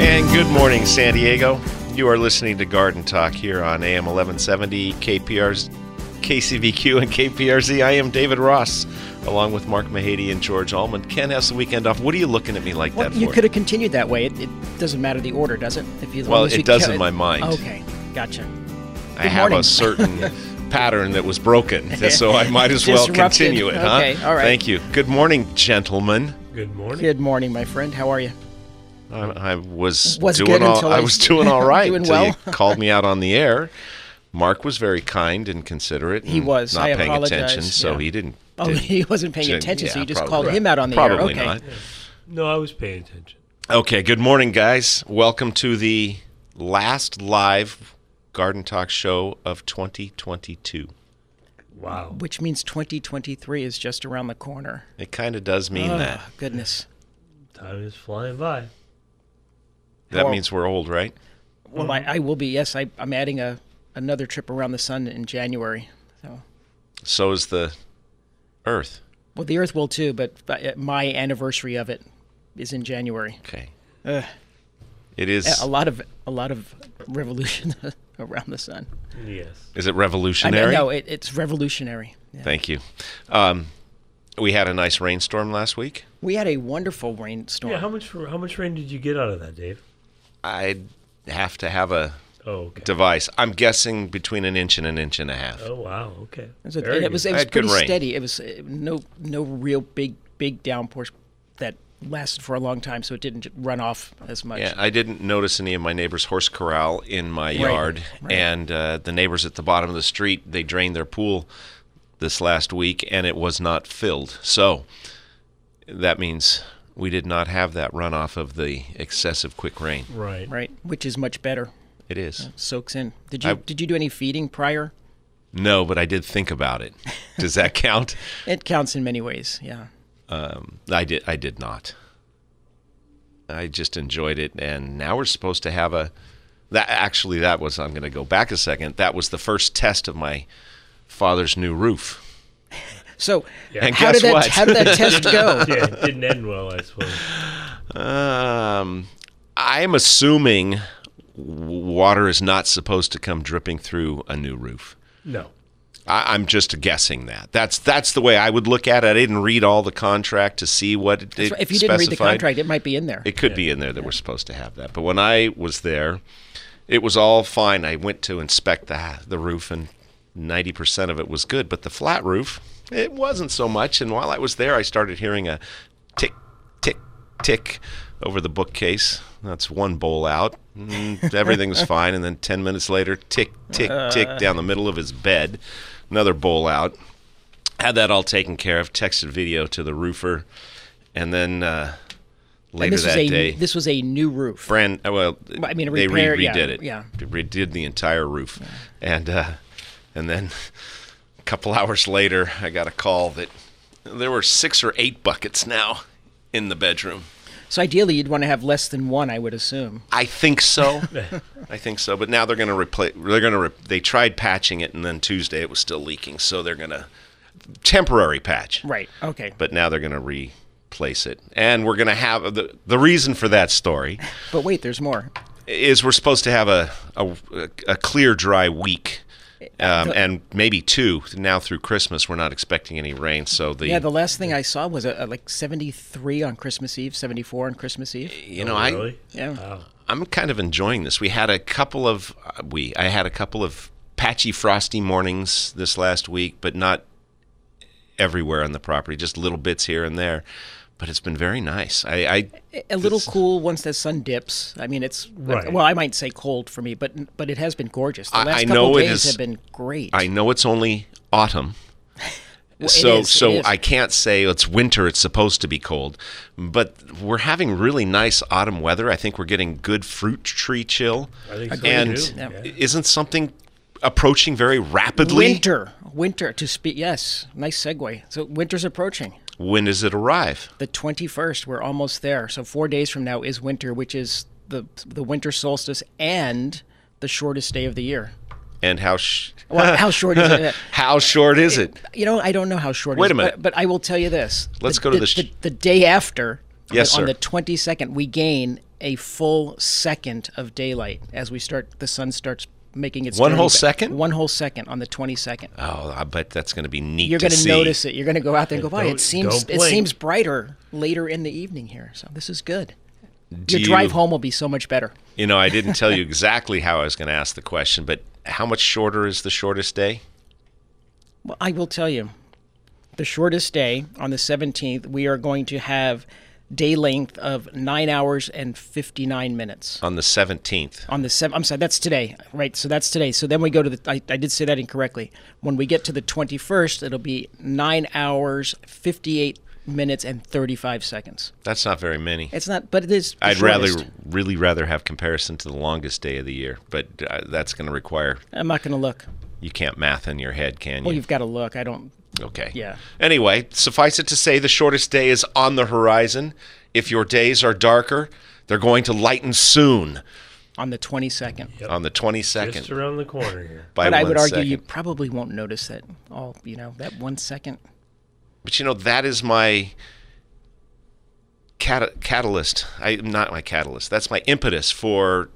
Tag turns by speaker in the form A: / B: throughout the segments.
A: And good morning, San Diego. You are listening to Garden Talk here on AM 1170, KPR's, KCVQ, and KPRZ. I am David Ross, along with Mark Mahady and George Allman. Ken has the weekend off. What are you looking at me like
B: Well,
A: that
B: you
A: for?
B: could have continued that way. It, it doesn't matter the order, does it? If you, as
A: Well,
B: long as
A: it
B: you
A: does
B: ca- Oh,
A: in my mind.
B: Okay, gotcha.
A: I
B: Good
A: have a
B: morning.
A: certain pattern that was broken, so I might as well
B: Disrupted.
A: continue it, huh?
B: Okay, all right.
A: Thank you. Good morning, gentlemen.
C: Good morning.
B: Good morning, my friend. How are you?
A: I, I was,
B: Was
A: doing
B: good
A: all
B: until
A: I
B: I-
A: was doing all right
B: Doing
A: until
B: well.
A: you called me out on the air. Mark was very kind and considerate.
B: He
A: and
B: was.
A: not
B: I
A: paying attention,
B: apologize.
A: so
B: Yeah.
A: he didn't.
B: Oh,
A: didn't-
B: he wasn't paying
A: didn't-
B: attention, so
A: yeah,
B: you just
A: probably-
B: called him out on the air.
A: probably
B: Okay.
A: not.
C: No, I was paying attention.
A: Okay, good morning, guys. Welcome to the last live Garden Talk show of 2022.
C: Wow.
B: Which means 2023 is just around the corner.
A: It kind of does mean that.
B: Oh, goodness.
C: Time is flying by.
A: That
B: well-
A: means we're old, right?
B: Well, I, I will be. Yes, I, I'm adding a another trip around the sun in January. So,
A: So is the Earth.
B: well, the Earth will too, but uh, my anniversary of it is in January.
A: Okay.
B: Ugh. Uh,
A: It is.
B: A lot of a lot of revolution around the sun.
C: Yes.
A: Is it
B: I
A: revolutionary?
B: know, no, it, it's revolutionary. Yeah.
A: Thank you. Um, we had a nice rainstorm last week.
B: We had a wonderful rainstorm.
C: Yeah. How much? How much rain did you get out of that, Dave?
A: I'd have to have a
C: Oh. Okay.
A: device. I'm guessing between an inch and an inch and a half.
C: oh wow. Okay.
B: It was, a-
C: Very
B: it was,
C: good.
B: it
A: I
B: was
A: had good
B: pretty
A: rain.
B: steady. It was uh, no no real big big downpours that lasted for a long time, so it didn't j- run off as much.
A: Yeah, I didn't notice any of my neighbor's horse corral in my yard,
B: right.
A: and uh, the neighbors at the bottom of the street they drained their pool this last week, and it was not filled. So that means we did not have that runoff of the excessive quick rain.
C: right.
B: Right, which is much better.
A: It is
B: Soaks in. Did you
A: I-
B: did you do any feeding prior?
A: no, but I did think about it. Does that count?
B: It counts in many ways. Yeah.
A: I did. I did not. I just enjoyed it, and now we're supposed to have a. That actually, that was. I'm going to go back a second. That was the first test of my father's new roof.
B: So
A: And
B: how
A: guess
B: did that
A: what?
B: how did that test go?
C: Yeah. It didn't end well, I suppose.
A: Um, I'm assuming w- water is not supposed to come dripping through a new roof.
C: No.
A: I, I'm just guessing that. That's that's the way I would look at it. I didn't read all the contract to see what it, it
B: if you didn't read the
A: specified.
B: contract, it might be in there.
A: It could be in there that we're supposed to have that. But when I was there, it was all fine. I went to inspect the the roof, and ninety percent of it was good. But the flat roof, it wasn't so much. And while I was there, I started hearing a tick, tick, tick over the bookcase. That's one bowl out. Mm, Everything was fine. And then ten minutes later, tick, tick,
B: Uh.
A: tick down the middle of his bed. Another bowl out had that all taken care of. Texted video to the roofer, and then uh,
B: And
A: later
B: this was
A: that
B: a
A: day,
B: this was a new roof.
A: brand. uh, Well,
B: I mean, a
A: they
B: repair,
A: re-
B: yeah,
A: redid it.
B: yeah.
A: They redid the entire roof, and uh, and then a couple hours later, I got a call that there were six or eight buckets now in the bedroom.
B: So ideally, you'd want to have less than one, I would assume.
A: I think so. I think so. But now they're going to replace. They're going to. Re- they tried patching it, and then Tuesday it was still leaking. So they're going to temporary patch.
B: Right. Okay. But,
A: but now they're going to replace it. And we're going to have the, the reason for that story
B: wait, there's more.
A: is we're supposed to have a, a, a clear, dry week.
B: Uh,
A: Um, and maybe two now through Christmas. We're not expecting any rain, so the,
B: Yeah, the last thing I saw was a, a, like 73 on Christmas Eve, 74 on Christmas Eve.
A: you know
C: Oh,
A: I
C: really?
B: Yeah.
A: uh,
C: Wow.
A: I'm kind of enjoying this. We had a couple of uh, we I had a couple of patchy frosty mornings this last week, but not everywhere on the property, just little bits here and there. But it's been very nice. I, I
B: a little
A: this-
B: cool once the sun dips. I mean, it's
C: Right.
B: well, I might say cold for me, but but it has been gorgeous. The
A: I-
B: last
A: I
B: couple
A: know
B: of
A: it
B: days
A: is-
B: have been great.
A: I know it's only autumn.
B: Well, it
A: so
B: is, it
A: so
B: is.
A: I can't say it's winter, it's supposed to be cold. But we're having really nice autumn weather. I think we're getting good fruit tree chill.
C: I think so
A: and
C: too.
B: Yeah.
C: Yeah.
A: isn't something approaching very rapidly?
B: winter, winter to speak. Yes, nice segue. So winter's approaching.
A: When does it arrive?
B: The twenty first, we're almost there. So four days from now is winter, which is the the winter solstice and the shortest day of the year.
A: And how sh-
B: Well, how short is it?
A: how short is it?
B: You know, I don't know how short.
A: Wait
B: it is,
A: a minute.
B: But, but I will tell you this.
A: Let's
B: the,
A: go to
B: the,
A: the sh-
B: the, the day after.
A: Yes,
B: on
A: sir.
B: the twenty second, we gain a full second of daylight as we start. The sun starts making its
A: One
B: journey
A: whole
B: back-
A: second?
B: One whole second on the twenty second.
A: Oh, I bet that's going to be neat.
B: You're
A: going to
B: notice it. You're going to go out there and go, "Boy,
C: don't-
B: it seems
C: don't
B: it
C: blink."
B: seems brighter later in the evening here." So this is good.
A: Do
B: Your drive
A: you-
B: home will be so much better.
A: You know, I didn't tell you exactly how I was going to ask the question, but how much shorter is the shortest day?
B: Well, I will tell you, the shortest day on the 17th, we are going to have day length of nine hours and 59 minutes.
A: On the 17th.
B: On the seven, I'm sorry, that's today, right? So that's today. So then we go to the. I, I did say that incorrectly. When we get to the 21st, it'll be nine hours, 58 minutes, and 35 seconds.
A: That's not very many.
B: It's not, but it is. the
A: I'd rather,
B: shortest.
A: really rather have comparison to the longest day of the year, but uh, that's going to require
B: I'm not going to look.
A: you can't math in your head, can you?
B: Well, you've got to look. I don't.
A: Okay.
B: Yeah.
A: Anyway, suffice it to say the shortest day is on the horizon. If your days are darker, they're going to lighten soon
B: On the 22nd.
A: on the 22nd
C: Just around the corner here.
A: by
B: But I
A: one
B: would argue
A: second.
B: you probably won't notice that. All you know, that one second.
A: But you know, that is my cat- catalyst. I not my catalyst. That's my impetus for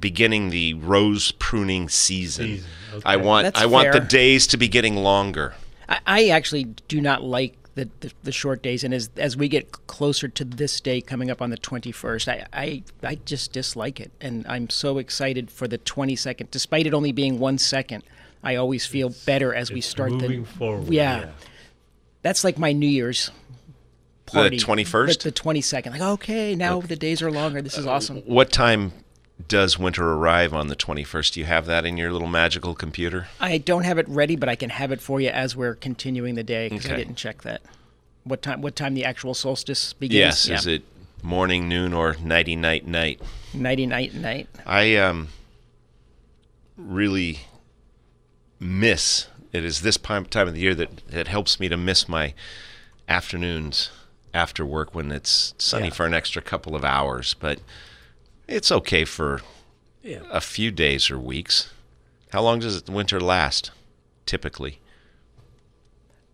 A: beginning the rose pruning season.
C: Season, okay.
A: I want
B: That's
A: I want the
B: fair.
A: days to be getting longer.
B: I, I actually do not like the, the, the short days, and as as we get closer to this day coming up on the twenty first, I, I I just dislike it, and I'm so excited for the twenty second, despite it only being one second. I always feel better as we start
C: Moving
B: the.
C: forward.
B: yeah. That's like my New Year's party.
A: 21st?
B: The twenty second. Like okay, now the days are longer. This is
A: Uh,
B: awesome.
A: What time does winter arrive on the 21st? Do you have that in your little magical computer?
B: I don't have it ready, but I can have it for you as we're continuing the day because I
A: Okay.
B: didn't check that. What time? What time the actual solstice begins?
A: Yes, is it morning, noon or nighty night night?
B: nighty night night?
A: I um really miss it is this time time of the year that that helps me to miss my afternoons after work when it's sunny for an extra couple of hours, but it's okay for
C: Yeah.
A: a few days or weeks. How long does winter last typically?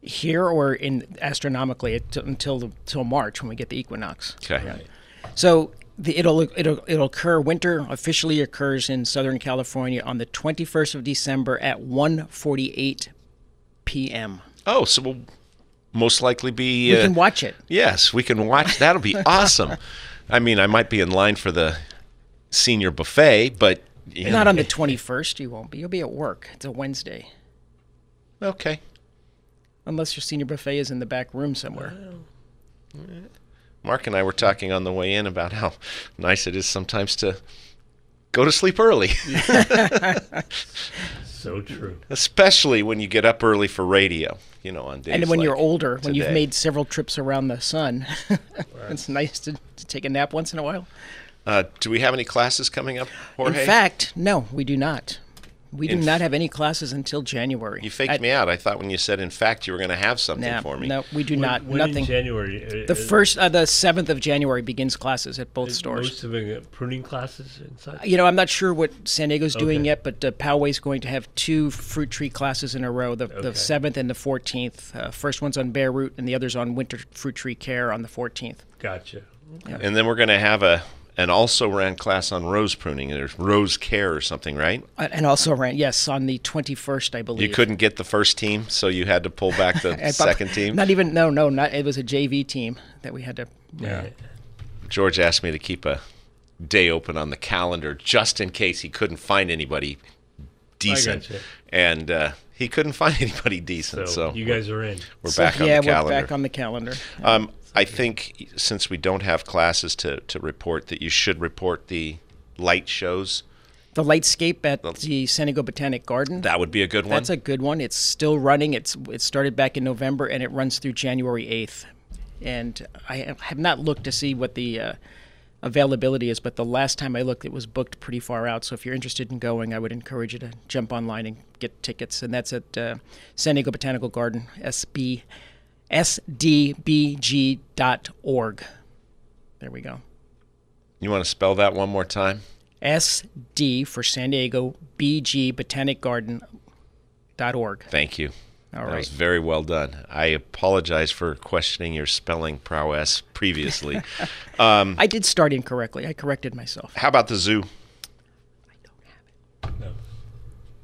B: here or in astronomically it, until the, till March when we get the equinox.
A: Okay.
B: So the, it'll it'll it'll occur. Winter officially occurs in Southern California on the 21st of December at 1:48 p.m.
A: Oh, so we'll most likely be
B: You
A: uh,
B: can watch it.
A: Yes, we can watch. That'll be awesome. I mean, I might be in line for the senior buffet, but you
B: Not
A: know,
B: on the 21st. You won't be. You'll be at work. It's a Wednesday,
A: eh, okay.
B: unless your senior buffet is in the back room somewhere.
A: Uh, Mark and I were talking on the way in about how nice it is sometimes to go to sleep early,
C: So true.
A: especially when you get up early for radio. You know, on days
B: and when
A: like
B: you're older, when you've
A: today.
B: made several trips around the sun, it's nice to, to take a nap once in a while.
A: Uh, do we have any classes coming up, Jorge?
B: In fact, no, we do not. We do
A: In f-
B: not have any classes until January.
A: you faked
B: I-
A: me out. I thought when you said "in fact" you were going to have something
B: No,
A: for me.
B: no, we do not.
C: When in
B: nothing.
C: January. uh,
B: The
C: is-
B: first, uh, the seventh of January begins classes at both stores.
C: Most of the pruning classes and such.
B: You know, I'm not sure what San Diego's doing
C: Okay.
B: yet, but uh, Poway's going to have two fruit tree classes in a row: the the
C: Okay.
B: seventh and the fourteenth. Uh, first one's on bare root, and the other's on winter fruit tree care on the fourteenth.
C: Gotcha.
A: And then we're going to have a an also ran class on rose pruning. There's rose care or something, right?
B: Uh, and also, ran yes, on the twenty-first, I believe.
A: You couldn't get the first team, so you had to pull back the
B: And prob-
A: second team.
B: Not even no, no, not it was a JV team that we had to.
C: Yeah.
A: George asked me to keep a day open on the calendar just in case he couldn't find anybody decent,
C: gotcha.
A: and uh, he couldn't find anybody decent. So,
C: you guys are in.
A: we're
B: So,
A: back on
B: yeah,
A: the calendar.
B: we're back on the calendar. Uh,
A: Um, I think since we don't have classes to, to report, that you should report the light shows.
B: The lightscape at the San Diego Botanic Garden.
A: That would be a good one.
B: That's a good one. It's still running. It's it started back in November and it runs through January eighth. And I ha- have not looked to see what the uh, availability is, but the last time I looked, it was booked pretty far out. So if you're interested in going, I would encourage you to jump online and get tickets. And that's at uh, San Diego Botanical Garden, SB, sdbg.org. There we go.
A: you want to spell that one more time?
B: SD for San Diego, BG Botanic Garden. Dot org.
A: Thank you.
B: All
A: that
B: right.
A: was very well done. I apologize for questioning your spelling prowess previously.
B: I did start incorrectly. I corrected myself.
A: How about the zoo? uh,
C: No.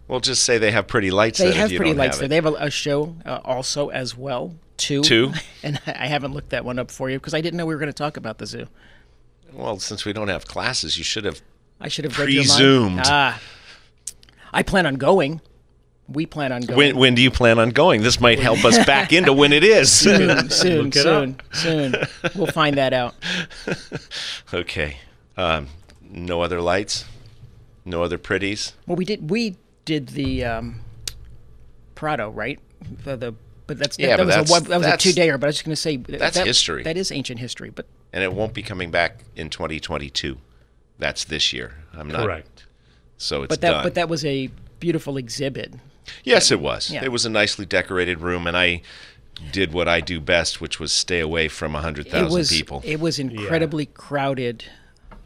A: We'll just say they have pretty lights.
B: They
A: then if
B: have
A: you
B: pretty
A: don't
B: lights there.
A: have
B: They have a, a show uh, also as well. Two.
A: Two?
B: And I haven't looked that one up for you because I didn't know we were going to talk about the zoo.
A: it. Well, since we don't have classes, you should have.
B: I should have read your mind.
A: Presumed.
B: Ah. I plan on going. We plan on going.
A: When, when do you plan on going? This might help us back into when it is.
B: Soon, soon,
C: it
B: soon, soon. We'll find that out.
A: okay. Um, no other lights. No other pretties.
B: Well, we did. We did the um, Prado, right? The, the but that's
A: Yeah,
B: that,
A: but
B: was
A: that's-
B: a one- that was a
A: that's-
B: two dayer. But I was just going to say that's
A: history.
B: That is ancient history. But
A: and it won't be coming back in 2022. That's this year. I'm not
C: Correct.
A: So it's
B: but that
A: done.
B: but that was a beautiful exhibit.
A: yes, it was.
B: Yeah.
A: It was a nicely decorated room, and I did what I do best, which was stay away from 100,000
B: it was
A: people.
B: it was incredibly crowded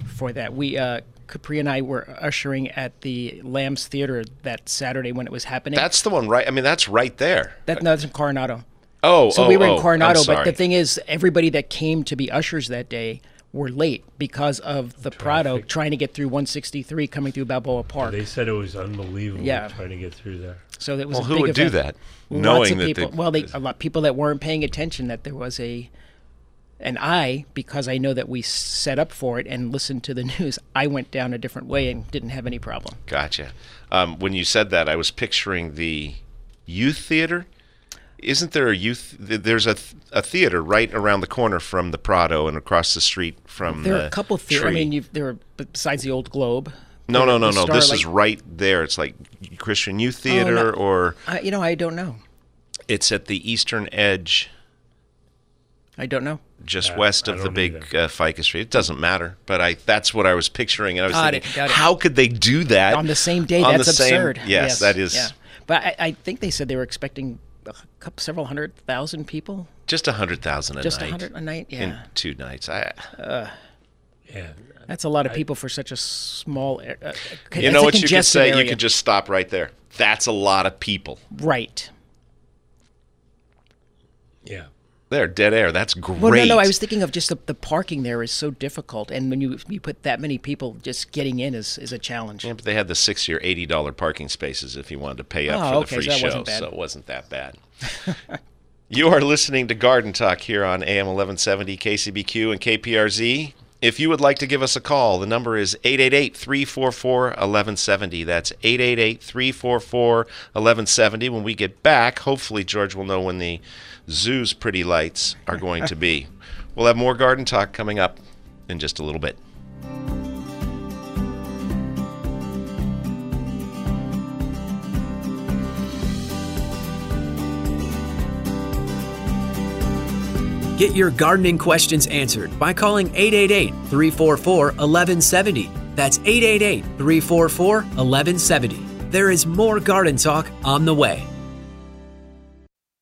B: for that. We uh, Capri and I were ushering at the Lambs Theater that Saturday when it was happening.
A: that's the one, right? I mean, that's right there.
B: that no, that's in Coronado.
A: Oh,
B: So
A: oh,
B: we were
A: oh,
B: in Coronado,
A: I'm
B: but the
A: sorry.
B: thing is, everybody that came to be ushers that day were late because of the Prado trying to get through 163 coming through Balboa Park.
C: They said it was unbelievable
B: Yeah.
C: trying to get through there.
B: so it was
A: Well,
B: a
A: who
B: big
A: would do
B: event.
A: that?
B: Lots
A: knowing
B: of
A: that
B: people.
A: they,
B: well, they, a lot of people that weren't paying attention that there was a, and I because I know that we set up for it and listened to the news. I went down a different way and didn't have any problem.
A: Gotcha. Um, when you said that, I was picturing the youth theater. Isn't there a youth? th- There's a, th- a theater right around the corner from the Prado and across the street from
B: There
A: the
B: are a couple theaters. I
A: tree.
B: mean, you've, there are besides the Old Globe.
A: No,
B: there-
A: no, no,
B: the Oh,
A: no. This
B: Starlight-
A: is right there. It's like Christian Youth Theater, or
B: I, you know, I don't know.
A: it's at the eastern edge,
B: I don't know.
A: just west
C: I
A: of the
C: don't
A: big uh, Ficus Street. It doesn't matter, but I that's what I was picturing, and I was
B: Got
A: thinking,
B: it, got it.
A: how could they do that
B: on the same day.
A: on
B: that's
A: the same-
B: absurd.
A: yes, that is
B: yeah. But I, I think they said they were expecting a couple, several hundred thousand people,
A: just a hundred thousand a
B: just a
A: night
B: hundred a night. Yeah,
A: in two nights. I,
C: Yeah.
B: that's a lot of people for such a small. ar- Uh, uh,
A: you
B: it's
A: know
B: a
A: what you could
B: congested
A: say? You
B: area.
A: could just stop right there. That's a lot of people.
B: right.
C: Yeah.
A: There, dead air. That's great.
B: Well, no, no. I was thinking of just the, the parking there is so difficult, and when you you put that many people, just getting in is, is a challenge.
A: Yeah, but they had the sixty or eighty dollar parking spaces if you wanted to pay up
B: Oh,
A: for the
B: okay,
A: free
B: so that
A: show,
B: wasn't bad.
A: so it wasn't that bad. you are listening to Garden Talk here on AM eleven seventy KCBQ and KPRZ. If you would like to give us a call, the number is 888-344-1170. That's 888-344-1170. When we get back, hopefully George will know when the zoo's pretty lights are going to be. We'll have more garden talk coming up in just a little bit.
D: Get your gardening questions answered by calling 888 344 1170. That's 888 344 1170. There is more garden talk on the way.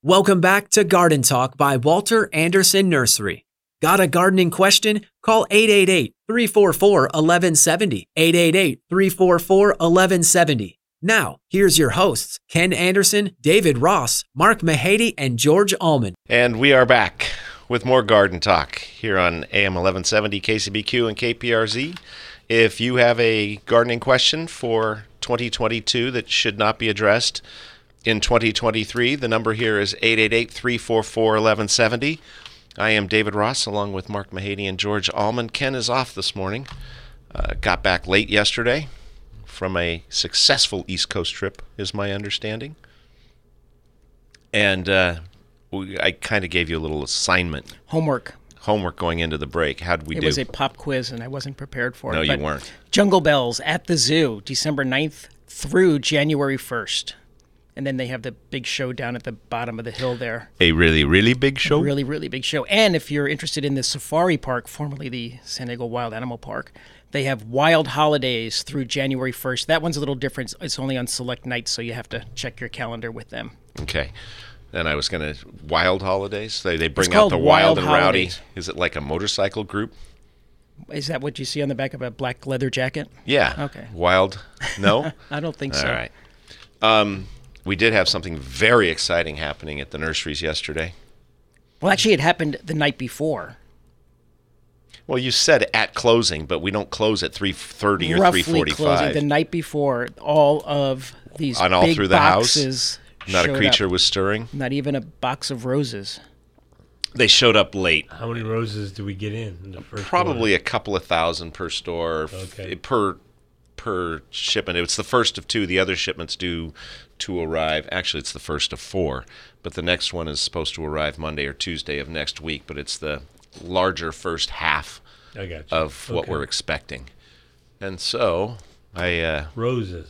D: Welcome back to Garden Talk by Walter Anderson Nursery. Got a gardening question? Call 888 344 1170. 888 344 1170. Now, here's your hosts Ken Anderson, David Ross, Mark Mahady, and George Allman.
A: And we are back with more garden talk here on AM 1170 KCBQ and KPRZ. If you have a gardening question for 2022 that should not be addressed in 2023, the number here is 888 344 1170. I am David Ross along with Mark Mahady and George Allman. Ken is off this morning. Uh, got back late yesterday from a successful East Coast trip, is my understanding. And uh, we, I kind of gave you a little assignment,
B: Homework.
A: homework going into the break. How'd we
B: It
A: do?
B: was a pop quiz, and I wasn't prepared for it.
A: No, you
B: but
A: weren't.
B: Jungle Bells at the Zoo, December 9th through January 1st. And then they have the big show down at the bottom of the hill there.
A: a really, really big show.
B: Really, really big show. And if you're interested in the safari park, formerly the San Diego Wild Animal Park, they have Wild Holidays through January 1st. That one's a little different. It's only on select nights, so you have to check your calendar with them.
A: Okay. And I was gonna wild holidays. They they bring out
B: called
A: the wild,
B: Wild
A: and
B: Holidays.
A: rowdy. Is it like a motorcycle group?
B: Is that what you see on the back of a black leather jacket?
A: Yeah.
B: Okay.
A: Wild. No.
B: I don't think so.
A: All right. Um, we did have something very exciting happening at the nurseries yesterday.
B: Well, actually, it happened the night before.
A: Well, you said at closing, but we don't close at three thirty or three
B: roughly
A: forty-five.
B: closing the night before all of these
A: On all
B: big
A: through the house?
B: boxes
A: Not a
B: showed
A: creature
B: up.
A: was stirring.
B: not even a box of roses
A: They showed up late.
C: How many roses do we get in? in the first
A: Probably a couple of thousand per store, f- eh,
C: Okay.
A: per per shipment. It's the first of two. The other shipments due to arrive. Actually, it's the first of four, but the next one is supposed to arrive Monday or Tuesday of next week. But it's the larger first half
C: one? I got you.
A: of what
C: Okay.
A: we're expecting. And so, I uh,
C: roses.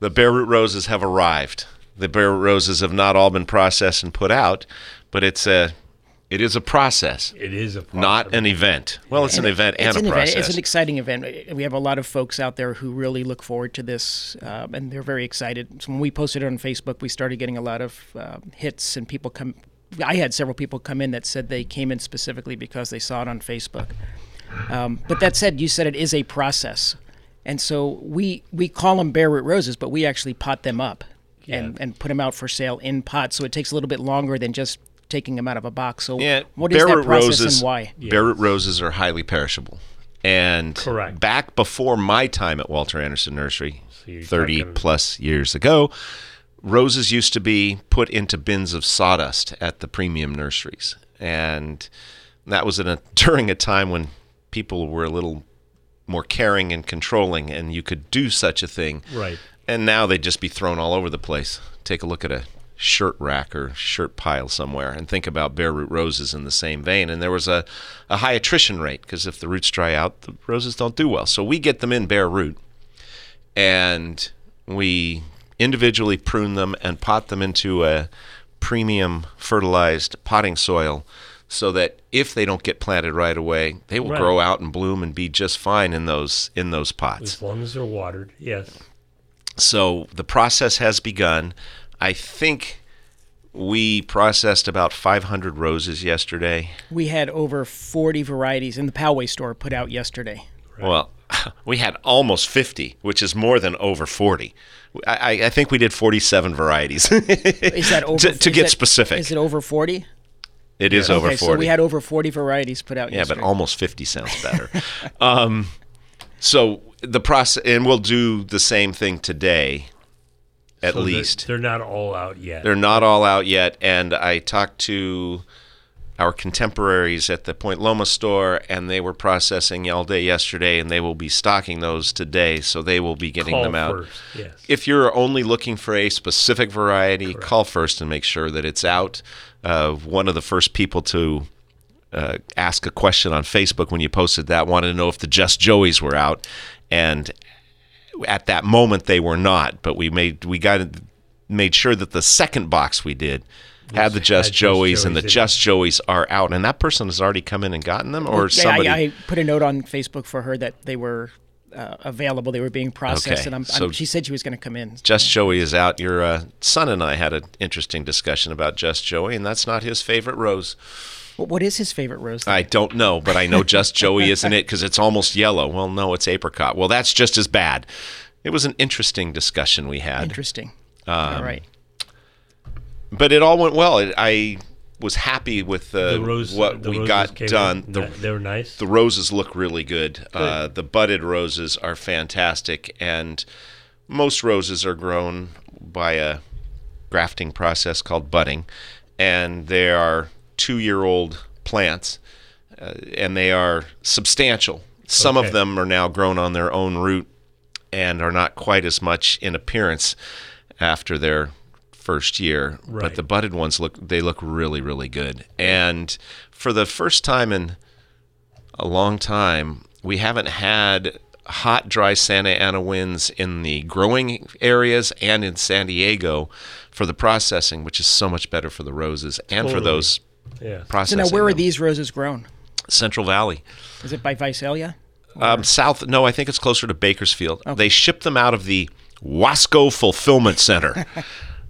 A: the bare root roses have arrived. The bare root roses have not all been processed and put out, but it's a it is a process,
C: It is a problem.
A: not an event. Well, it's an event and
B: it's
A: a
B: an
A: process.
B: event it's an exciting event we have a lot of folks out there who really look forward to this um, and they're very excited so when we posted it on facebook we started getting a lot of um, hits and people come i had several people come in that said they came in specifically because they saw it on facebook Um, but that said, you said it is a process, and so we we call them bare root roses, but we actually pot them up and and put them out for sale in pots. So it takes a little bit longer than just taking them out of a box. So
A: Yeah,
B: what is
A: bare
B: that
A: root
B: process
A: roses,
B: and why?
A: Bare root roses are highly perishable. And
C: Correct.
A: back before my time at Walter Anderson Nursery,
C: you're
A: 30
C: talking-
A: plus years ago, roses used to be put into bins of sawdust at the premium nurseries. And that was in a, during a time when people were a little more caring and controlling, and you could do such a thing.
C: Right.
A: And now they'd just be thrown all over the place. Take a look at a shirt rack or shirt pile somewhere and think about bare root roses in the same vein. And there was a, a high attrition rate because if the roots dry out, the roses don't do well. So we get them in bare root and we individually prune them and pot them into a premium fertilized potting soil so that if they don't get planted right away, they will
C: Right.
A: grow out and bloom and be just fine in those in those pots.
C: As long as they're watered, yes.
A: So the process has begun. I think we processed about 500 roses yesterday.
B: We had over forty varieties in the Poway store put out yesterday.
A: Well, we had almost 50, which is more than over 40. I, I- I think we did 47 varieties.
B: Is that over?
A: To- to
B: is
A: get
B: that-
A: specific.
B: is it over forty?
A: it is over
B: okay,
A: 40.
B: so we had over forty varieties put out
A: yeah, but
B: yesterday.
A: almost 50 sounds better. um, so the process, and we'll do the same thing today, at
C: So they're-
A: least.
C: They're, not all out yet.
A: They're not all out yet, and I talked to our contemporaries at the Point Loma store, and they were processing all day yesterday, and they will be stocking those today, so they will be getting
C: Call
A: them out.
C: first, Yes.
A: If you're only looking for a specific variety, call first and make sure that it's out. Uh, one of the first people to uh, ask a question on Facebook when you posted that wanted to know if the Just Joeys were out, and at that moment they were not. But we made we got made sure that the second box we did had the Just
C: had Just
A: Joeys, and
C: Joeys
A: the
C: in it.
A: Just Joeys are out, and that person has already come in and gotten them, or
B: Yeah,
A: somebody.
B: I, I put a note on Facebook for her that they were uh, available. They were being processed,
A: Okay,
B: and I'm,
A: so-
B: I'm, she said she was going to come in.
A: Just Joey is out. Your uh, son and I had an interesting discussion about Just Joey, and that's not his favorite rose.
B: What, what is his favorite rose?
A: I don't know, but I know Just Joey isn't it because it's almost yellow. Well, no, it's apricot. Well, that's just as bad. It was an interesting discussion we had,
B: Interesting.
A: Um,
B: All right.
A: but it all went well. It, I was happy with uh,
C: the rose,
A: what
C: the
A: we
C: roses
A: got
C: came
A: done.
C: in,
A: The-
C: ni- they were nice.
A: the roses look really good. Uh, the budded roses are fantastic, and most roses are grown by a grafting process called budding, and they are two-year-old plants, uh, and they are substantial. Some
C: Okay.
A: of them are now grown on their own root and are not quite as much in appearance after their first year. But
C: Right.
A: the budded ones look they look really really good. And for the first time in a long time, we haven't had hot, dry Santa Ana winds in the growing areas and in San Diego for the processing, which is so much better for the roses and for
C: Totally.
A: those
C: Yes.
B: So
A: processing.
B: now, where are
A: them.
B: these roses grown?
A: Central Valley?
B: Is it by Visalia?
A: Um, south? No, I think it's closer to Bakersfield. They ship them out of the Wasco Fulfillment Center,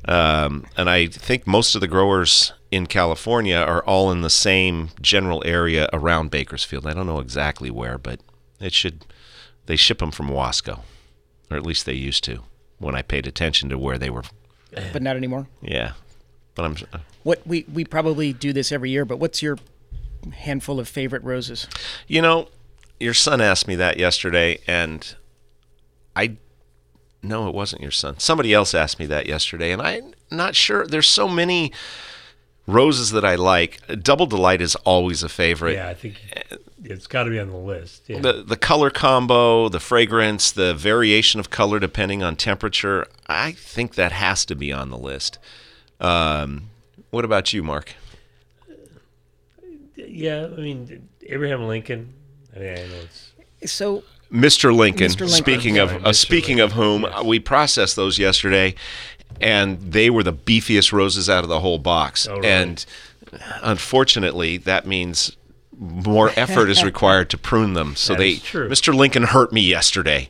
A: um, and I think most of the growers in California are all in the same general area around Bakersfield. I don't know exactly where, but it should. They ship them from Wasco, or at least they used to. When I paid attention to where they were, Eh.
B: But not anymore.
A: yeah. But I'm uh,
B: What we we probably do this every year. But what's your handful of favorite roses?
A: You know, your son asked me that yesterday, and I. No, it wasn't your son. Somebody else asked me that yesterday, and I'm not sure. There's so many roses that I like. Double Delight is always a favorite.
C: Yeah, I think it's got to be on the list. Yeah.
A: The, the color combo, the fragrance, the variation of color depending on temperature, I think that has to be on the list. Um, what about you, Mark?
C: yeah, I mean, Abraham Lincoln. I mean, I know it's.
B: So
A: Mr. Lincoln.
B: Mr. Lincoln.
A: Speaking of
C: Sorry,
A: uh,
C: Mr.
A: speaking of whom, uh, we processed those yesterday, and they were the beefiest roses out of the whole box.
C: Oh, really?
A: And unfortunately, that means more effort is required to prune them. So
C: That
A: they,
C: is true. Oh.
A: Mr. Lincoln hurt me yesterday,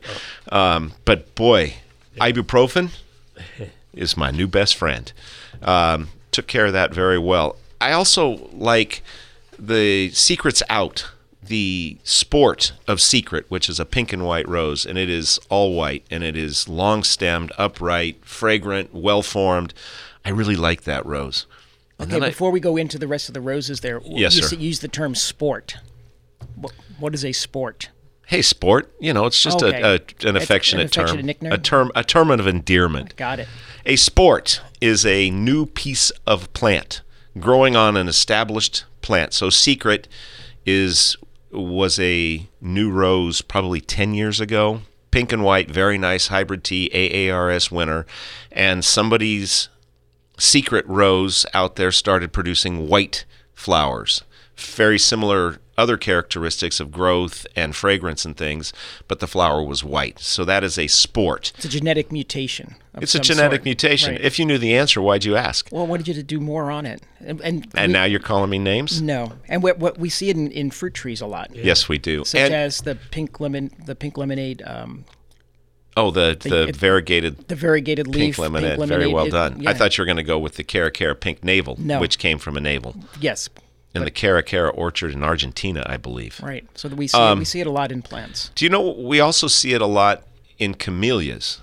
A: um, but boy, ibuprofen is my new best friend. Um, took care of that very well. I also like the Secrets Out, the sport of Secret, which is a pink and white rose, and it is all white, and it is long stemmed, upright, fragrant, well formed. I really like that rose. And
B: okay,
A: then I-
B: before we go into the rest of the roses, there w-
A: Yes,
B: you
A: sir.
B: s- use the term sport. What, what is a sport?
A: hey, sport, you know, it's just
B: Okay.
A: a, a, an
B: It's
A: affectionate
B: an
A: term,
B: affectionate nickname?
A: a term, a term of endearment.
B: Got it.
A: A sport is a new piece of plant growing on an established plant. So secret is was a new rose probably 10 years ago. Pink and white, very nice hybrid tea, AARS winner, and somebody's secret rose out there started producing white flowers. Very similar other characteristics of growth and fragrance and things, but the flower was white. So that is a sport.
B: It's a genetic mutation. of
A: It's a
B: some
A: genetic
B: sort.
A: mutation.
B: Right.
A: If you knew the answer, why'd you ask?
B: well, I wanted you to do more on it, and, and,
A: And
B: we-
A: now you're calling me names?
B: no, and what, what we see it in, in fruit trees a lot,
A: Yes, we do.
B: such
A: And
B: as the pink lemon, the pink lemonade, um,
A: oh, the the
B: it-
A: variegated
B: the variegated leaf,
A: pink lemonade, very well
B: it-
A: done. I
B: yeah.
A: thought you were going to go with the Cara Cara pink navel,
B: No.
A: which came from a navel
B: yes,
A: in the Cara Cara orchard in Argentina, I believe.
B: right. So that we see
A: Um,
B: it, we see it a lot in plants.
A: Do you know we also see it a lot in camellias,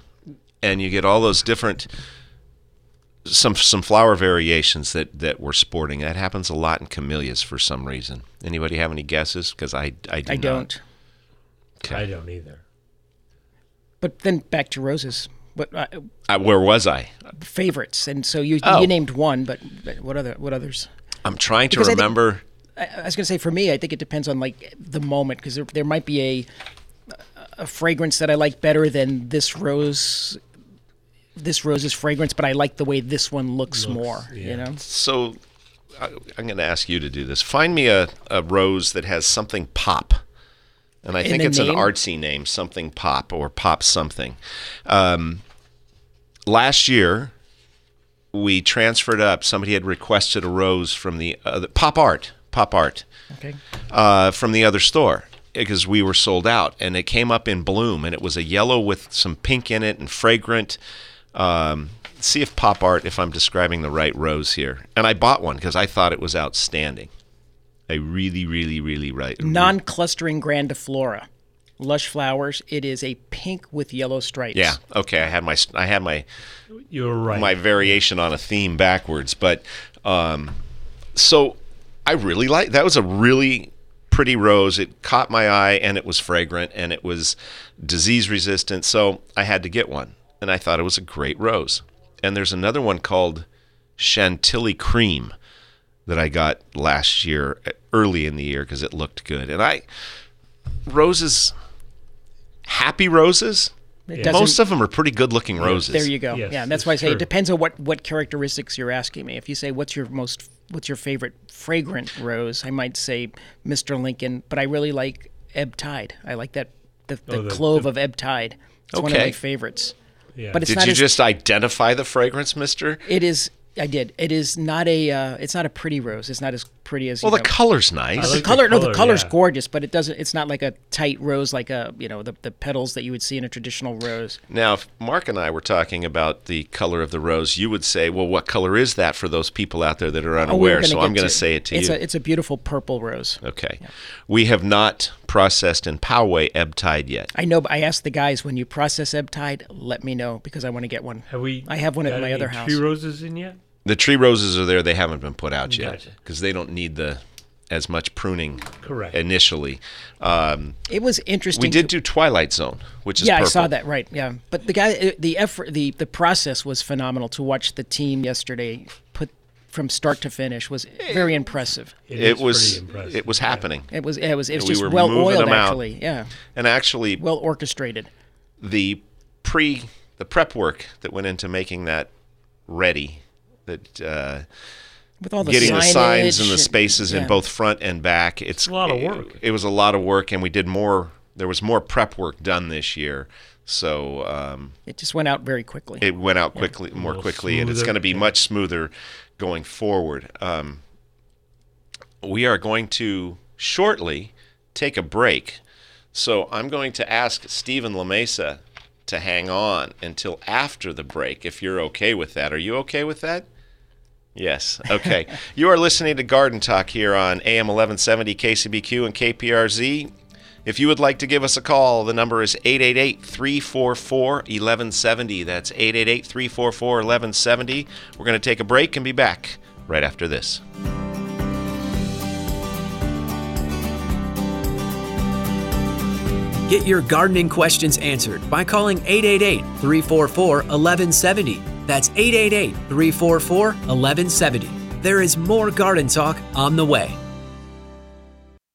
A: and you get all those different some some flower variations that that we're sporting. That happens a lot in camellias for some reason. Anybody have any guesses? Because I I do
B: I
A: not.
B: don't.
C: I don't either.
B: But then back to roses. What uh,
A: Uh, where was I?
B: favorites? And so you
A: Oh.
B: you named one, but, but what other what others?
A: I'm trying to
B: Because I think-
A: remember.
B: I, I was going to say for me, I think it depends on like the moment because there, there might be a a fragrance that I like better than this rose. This rose's fragrance, but I like the way this one looks, more. You know,
A: so I, I'm going to ask you to do this. Find me a, a rose that has something pop. And I think
B: a
A: it's an
B: name?
A: artsy name, something pop or pop something. Um, last year, we transferred up. Somebody had requested a rose from the other, pop art, pop art
B: okay.
A: uh, from the other store because we were sold out and it came up in bloom and it was a yellow with some pink in it and fragrant um, see if pop art if i'm describing the right rose here and i bought one because i thought it was outstanding i really really really right
B: Non-clustering grandiflora, lush flowers. It is a pink with yellow stripes.
A: yeah okay i had my i had my
C: You were right.
A: my variation on a theme backwards, but um, so I really like that was a really pretty rose. It caught my eye and it was fragrant and it was disease resistant, so I had to get one. And I thought it was a great rose. And there's another one called Chantilly Cream that I got last year, early in the year, because it looked good. And I roses, happy roses,
B: It
C: Yeah.
B: doesn't-
A: Most of them are pretty good looking roses.
B: There you go.
C: Yes,
B: yeah, and that's
C: it's
B: why I say
C: true.
B: it depends on what what characteristics you're asking me. If you say what's your most what's your favorite fragrant rose, I might say Mr. Lincoln, but I really like Ebb Tide. I like that the, the
C: Oh, the-
B: clove of Ebb Tide. It's one of
A: Okay.
B: my favorites.
C: Yeah.
B: But it's
A: Did
B: not
A: you
B: as,
A: just identify the fragrance, Mister?
B: it is I did. It is not a uh, it's not a pretty rose. It's not as pretty as
A: Well,
B: you
A: the
B: know.
A: color's nice.
C: I
B: the
C: like-
B: color, no, the
C: color,
B: color's
C: yeah.
B: gorgeous, but it doesn't. It's not like a tight rose, like a you know the, the petals that you would see in a traditional rose.
A: now, if Mark and I were talking about the color of the rose, you would say, "Well, what color is that?" For those people out there that are
B: Oh, we were
A: unaware, so
B: gonna
A: I'm
B: get
A: going to say it to
B: it's
A: you.
B: A, it's a beautiful purple rose.
A: okay, we have not processed in Poway ebb tide yet.
B: I know, but I asked the guys when you process ebb tide, let me know because I want to get one.
C: have we?
B: I have one at
C: got
B: my
C: any
B: other house.
C: Tree roses in yet?
A: The tree roses are there; they haven't been put out yet
C: Gotcha.
A: because they don't need the as much pruning
C: Correct.
A: initially. Um,
B: It was interesting.
A: we did
B: to-
A: do Twilight Zone, which is
B: yeah,
A: purple.
B: I saw that. Right. Yeah, but the guy, uh, the effort, the the process was phenomenal. To watch the team yesterday put from start to finish was very impressive.
A: It
C: is
A: was
C: pretty impressive.
A: it was happening,
B: It was it was it was
A: We
B: just
A: were
B: well
A: moving
B: oiled
A: them out.
B: actually. Yeah,
A: and actually,
B: well orchestrated.
A: the pre the prep work that went into making that ready that uh,
B: With all the
A: getting the signs
B: signage
A: and the spaces in
B: yeah.
A: both front and back it's
C: a lot of work.
A: it, was a lot of work and we did more there was more prep work done this year so um,
B: It just went out very quickly.
A: it went out quickly more
C: little
A: quickly and it's
C: smoother,
A: going to be
C: yeah.
A: much smoother going forward um, we are going to shortly take a break so i'm going to ask stephen lamesa to hang on until after the break if you're okay with that are you okay with that Yes. Okay. you are listening to Garden Talk here on AM 1170 KCBQ and KPRZ. If you would like to give us a call, the number is 888 344 1170. That's 888 344 1170. We're going to take a break and be back right after this.
D: Get your gardening questions answered by calling 888 344 1170. That's 888 344 1170. There is more garden talk on the way.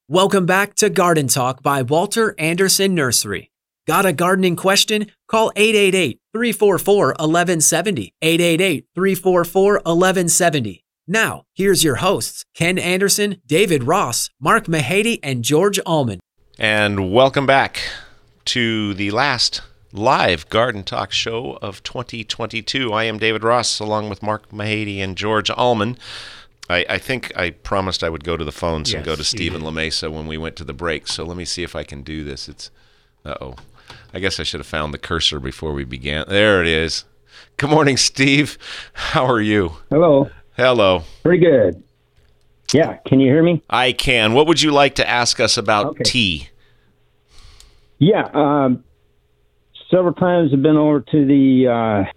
D: Welcome back to Garden Talk by Walter Anderson Nursery. Got a gardening question? Call 888 344 1170. 888 344 1170. Now, here's your hosts Ken Anderson, David Ross, Mark Mahady, and George Allman.
A: And welcome back to the last live Garden Talk show of 2022. I am David Ross, along with Mark Mahady and George Allman. I, I think I promised I would go to the phones and
C: Yes,
A: go to
C: you
A: Stephen LaMesa when we went to the break. So let me see if I can do this. It's, uh oh. I guess I should have found the cursor before we began. There it is. Good morning, Steve. How are you?
E: Hello.
A: Hello.
E: Pretty good. Yeah. Can you hear me?
A: I can. What would you like to ask us about
E: Okay.
A: tea?
E: Yeah. Um, several times I've been over to the, uh,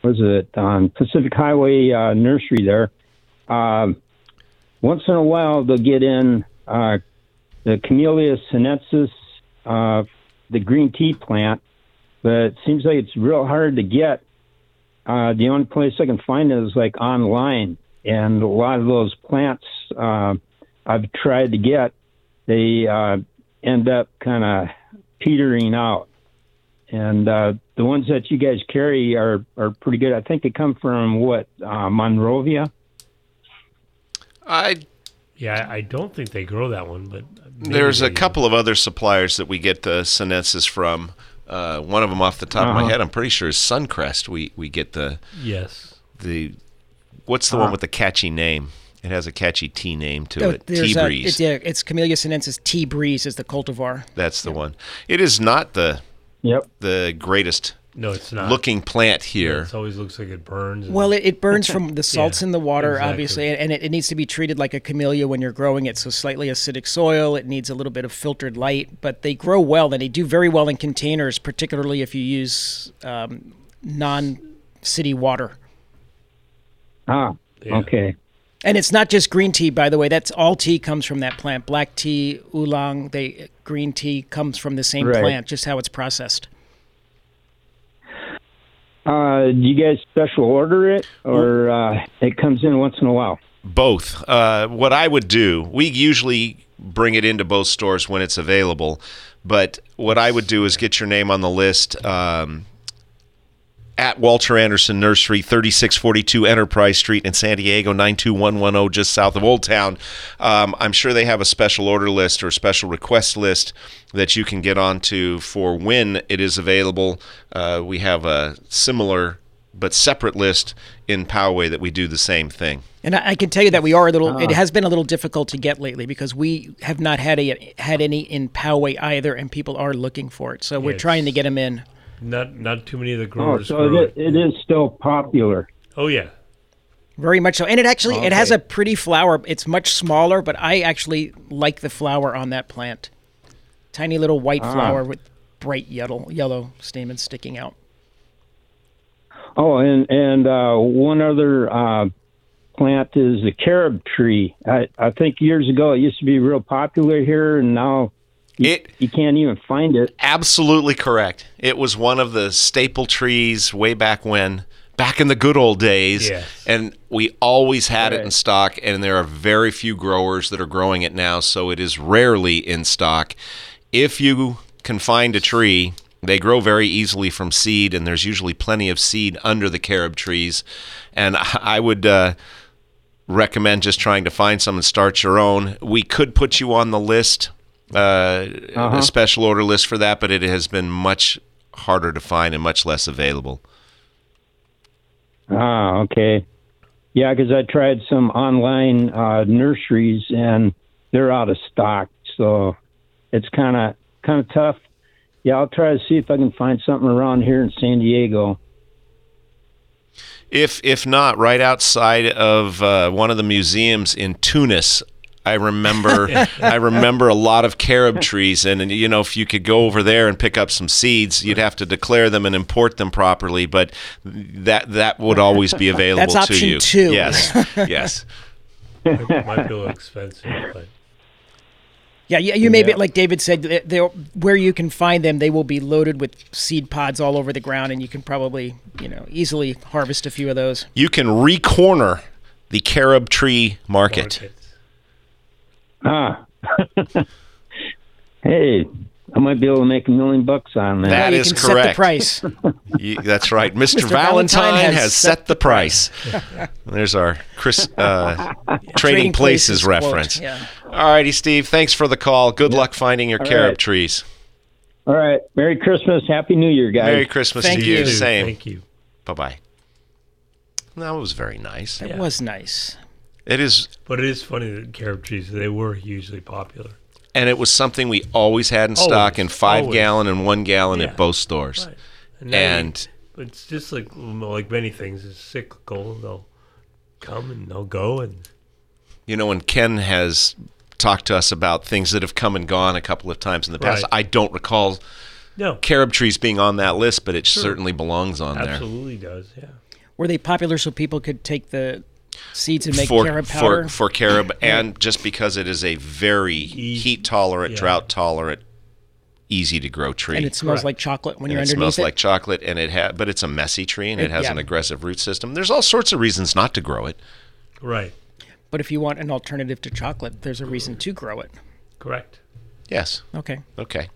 E: what is it, on Pacific Highway uh, Nursery there. Um, once in a while, they'll get in uh, the Camellia sinensis, uh, the green tea plant, but it seems like it's real hard to get. Uh, the only place I can find it is like online, and a lot of those plants uh, I've tried to get, they uh, end up kind of petering out. And uh, the ones that you guys carry are, are pretty good. I think they come from what uh, Monrovia.
A: I
C: Yeah, I I don't think they grow that one, but maybe
A: There's a
C: they-
A: couple of other suppliers that we get the Sinensis from. Uh, one of them, off the top of my
E: Uh-huh.
A: head, I'm pretty sure is Suncrest. We we get the
C: Yes.
A: the what's the one with the catchy name? It has a catchy tea name to
B: Uh-huh. Oh,
A: it.
B: there's
A: Tea
B: a-
A: breeze.
B: it's, yeah, it's Camellia sinensis. Tea breeze is the cultivar.
A: That's the one. It is not the
E: Yep.
A: the greatest
C: No, it's
B: Uh,
C: not.
A: looking plant here.
C: It always looks like it burns. and-
B: Well, it, it burns from the salts
C: Yeah,
B: in the water,
C: exactly.
B: obviously, and it, it needs to be treated like a camellia when you're growing it. So slightly acidic soil, it needs a little bit of filtered light, but they grow well and they do very well in containers, particularly if you use um, non-city water.
E: Ah,
C: Yeah.
E: okay.
B: And it's not just green tea, by the way. That's all tea comes from that plant. Black tea, oolong, they green tea comes from the same
E: Right.
B: plant, just how it's processed.
E: Uh, do you guys special order it, or uh, it comes in once in a while?
A: Both. Uh, what I would do, we usually bring it into both stores when it's available. But what I would do is get your name on the list um, at Walter Anderson Nursery, 3642 Enterprise Street in San Diego, 92110, oh, just south of Old Town. Um, I'm sure they have a special order list or a special request list that you can get onto for when it is available. Uh, we have a similar but separate list in Poway that we do the same thing.
B: And I, I can tell you that we are a little.
C: Ah.
B: It has been a little difficult to get lately because we have not had a had any in Poway either, and people are looking for it. So we're
C: Yes.
B: trying to get them in.
C: Not not too many of the
E: Oh,
C: growers.
E: so
C: grow
E: it,
C: it.
E: it is still popular.
C: Oh yeah,
B: Very much so, and it actually it has
C: Okay.
B: a pretty flower. It's much smaller, but I actually like the flower on that plant. Tiny little white
C: Ah.
B: flower with bright yellow yellow stamens sticking out.
E: Oh, and and uh, one other uh, plant is the carob tree. I, I think years ago it used to be real popular here, and now
A: It
E: you can't even find it.
A: Absolutely correct. It was one of the staple trees way back when, back in the good old days.
C: Yes.
A: And we always had it in
E: Right.
A: stock, and there are very few growers that are growing it now, so it is rarely in stock. If you can find a tree, they grow very easily from seed, and there's usually plenty of seed under the carob trees. And I I would. Uh, recommend just trying to find some and start your own. We could put you on the list, uh,
B: Uh-huh.
A: a special order list for that, but it has been much harder to find and much less available.
E: Ah, okay. Yeah, because I tried some online uh, nurseries and they're out of stock, so it's kind of kind of tough. Yeah, I'll try to see if I can find something around here in San Diego.
A: If if not, right outside of uh, one of the museums in Tunis. I remember, I remember a lot of carob trees, and, and, you know, if you could go over there and pick up some seeds, you'd have to declare them and import them properly. But that that would always be available
B: That's
A: to
B: option
A: you.
B: two.
A: Yes, yes.
C: it might be a little expensive, but
B: Yeah, you, you may be
E: Yeah.
B: like David said. they- They'll, where you can find them, they will be loaded with seed pods all over the ground, and you can probably you know easily harvest a few of those.
A: you can re-corner the carob tree market.
C: markets.
E: Ah, hey, I might be able to make a million bucks on that.
A: That
B: you
A: is
B: can Set the
A: correct.
B: price.
A: You- that's right. Mr.
B: Mr.
A: Valentine,
B: Valentine
A: has, set the price. There's our Chris uh, Trading, Places,
B: quote,
A: reference.
B: yeah.
A: All righty, Steve. Thanks for the call. Good luck finding your carob
E: right.
A: trees.
E: All right, Merry Christmas, Happy New Year, guys.
A: Merry Christmas
B: Thank
A: to you.
B: you.
A: Same.
C: Thank you.
A: Bye bye. That was very nice.
B: That was nice.
A: It is,
C: But it is funny that carob trees they were hugely popular.
A: and it was something we always had in stock
C: Always,
A: in five
C: always.
A: gallon and one gallon
C: Yeah.
A: at both stores.
C: Right. And, now you-
A: And
C: it's just like like many things, it's cyclical. They'll come and they'll go, and
A: You know, and Ken has talked to us about things that have come and gone a couple of times in the past.
C: Right.
A: I don't recall
C: no,
A: carob trees being on that list, but it certainly belongs on
C: absolutely does. Yeah,
B: Were they popular so people could take the seeds and
A: there.
B: make
A: For,
B: carob
A: for
B: powder?
A: for carob and just because it is a very heat tolerant,
C: E-, yeah.
A: drought tolerant, easy to grow tree.
B: and it smells like chocolate when
A: And
B: you're
A: it
B: underneath
A: smells
B: it.
A: like chocolate and it ha- but it's a messy tree and it, has
B: yeah.
A: an aggressive root system. There's all sorts of reasons not to grow it.
C: right,
B: but if you want an alternative to chocolate, there's a reason to grow it.
C: correct.
A: Yes.
B: Okay,
A: Okay.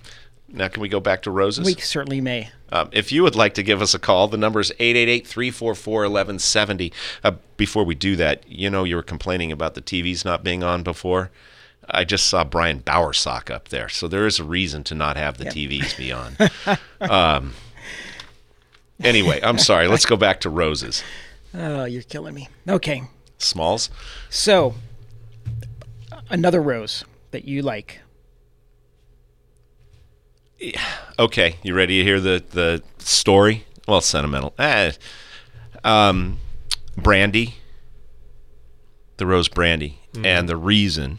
A: Now can we go back to roses?
B: we certainly may.
A: Um, if you would like to give us a call, the number is 888 344 1170. Uh, Before we do that, you know, you were complaining about the TVs not being on before. I just saw Brian Bowersock up there. So there is a reason to not have the TVs be on. um, anyway, I'm sorry. Let's go back to roses.
B: Oh, you're killing me. Okay,
A: Smalls.
B: so another rose that you like.
A: Okay, you ready to hear the the story? Well, sentimental. Eh. Um, brandy, the rose brandy, and the reason is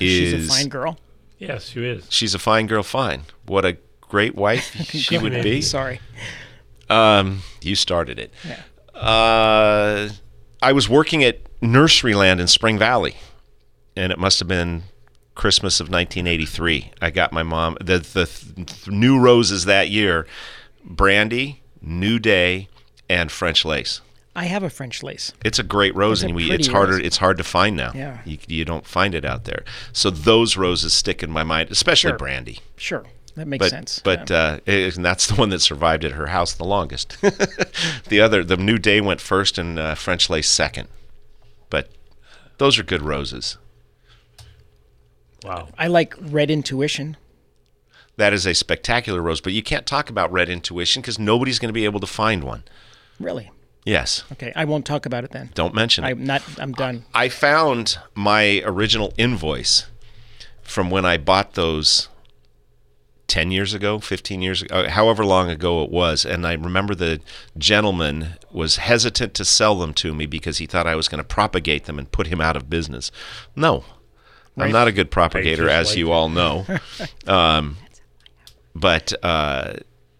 B: Mm-hmm. She's a fine girl.
C: Yes, she is.
A: she's a fine girl. Fine, what a great wife she would be.
B: Sorry.
A: Um, you started it. Uh, I was working at Nurseryland in Spring Valley, and it must have been Christmas of 1983. I got my mom the the th- new roses that year: brandy, new day, and French lace.
B: I have a French lace.
A: It's a great rose,
B: It's a
A: and we,
B: pretty
A: it's harder.
B: rose.
A: It's hard to find now.
B: Yeah.
A: you, you don't find it out there. So those roses stick in my mind, especially
B: Sure.
A: brandy.
B: Sure, that makes
A: But
B: sense. Um,
A: but uh, it- and that's the one that survived at her house the longest. the other, the new day went first, and uh, French lace second. But those are good roses.
C: Wow.
B: I like red intuition.
A: That is a spectacular rose, but you can't talk about red intuition because nobody's going to be able to find one.
B: Really?
A: Yes,
B: Okay, I won't talk about it then.
A: don't mention it.
B: I'm not. I'm done.
A: I found my original invoice from when I bought those 10 years ago, 15 years ago, uh, however long ago it was. And I remember the gentleman was hesitant to sell them to me because he thought I was going to propagate them and put him out of business. No, I'm not a good propagator,
C: just
A: as
C: like
A: you all know. um, but uh,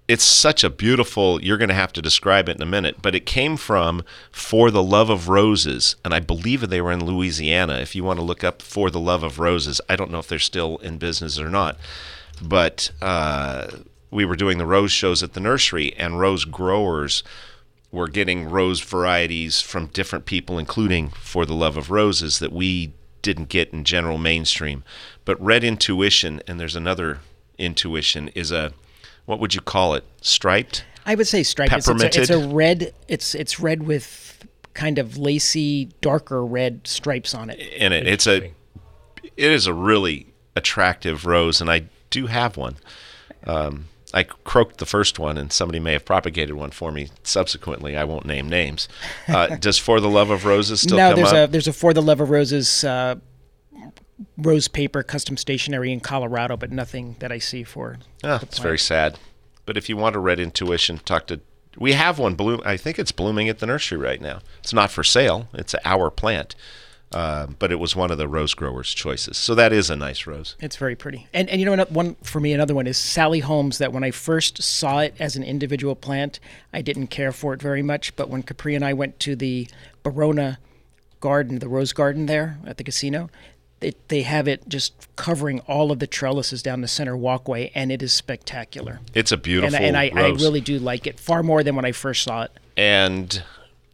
A: it's such a beautiful, you're going to have to describe it in a minute, but it came from For the Love of Roses. And I believe they were in Louisiana. If you want to look up For the Love of Roses, I don't know if they're still in business or not but uh, we were doing the rose shows at the nursery, and rose growers were getting rose varieties from different people, including For the Love of Roses, that we didn't get in general mainstream. But Red Intuition, and there's another intuition, is a what would you call it? Striped?
B: I would say striped. It's, it's, a, it's a
A: Pepperminted?
B: red. It's it's red with kind of lacy, darker red stripes on it.
A: in it. It's a it is a really attractive rose, and I do have one. Um, I croaked the first one, and somebody may have propagated one for me subsequently. I won't name names. Uh, does "For the Love of Roses" still
B: no,
A: come
B: there's
A: up?
B: a there's a for the love of roses uh, rose paper custom stationery in Colorado, but nothing that I see for.
A: Ah, it's very sad. But if you want a red intuition, talk to. We have one bloom. I think it's blooming at the nursery right now. It's not for sale. It's our plant, uh, but it was one of the rose growers' choices. So that is a nice rose.
B: It's very pretty. And and you know another one for me another one is Sally Holmes that when I first saw it as an individual plant, I didn't care for it very much, but when Capri and I went to the Barona garden, the rose garden there at the casino, it, they have it just covering all of the trellises down the center walkway and it is spectacular.
A: It's a
B: And,
A: beautiful
B: and I, I
A: rose.
B: really do like it far more than when I first saw it.
A: and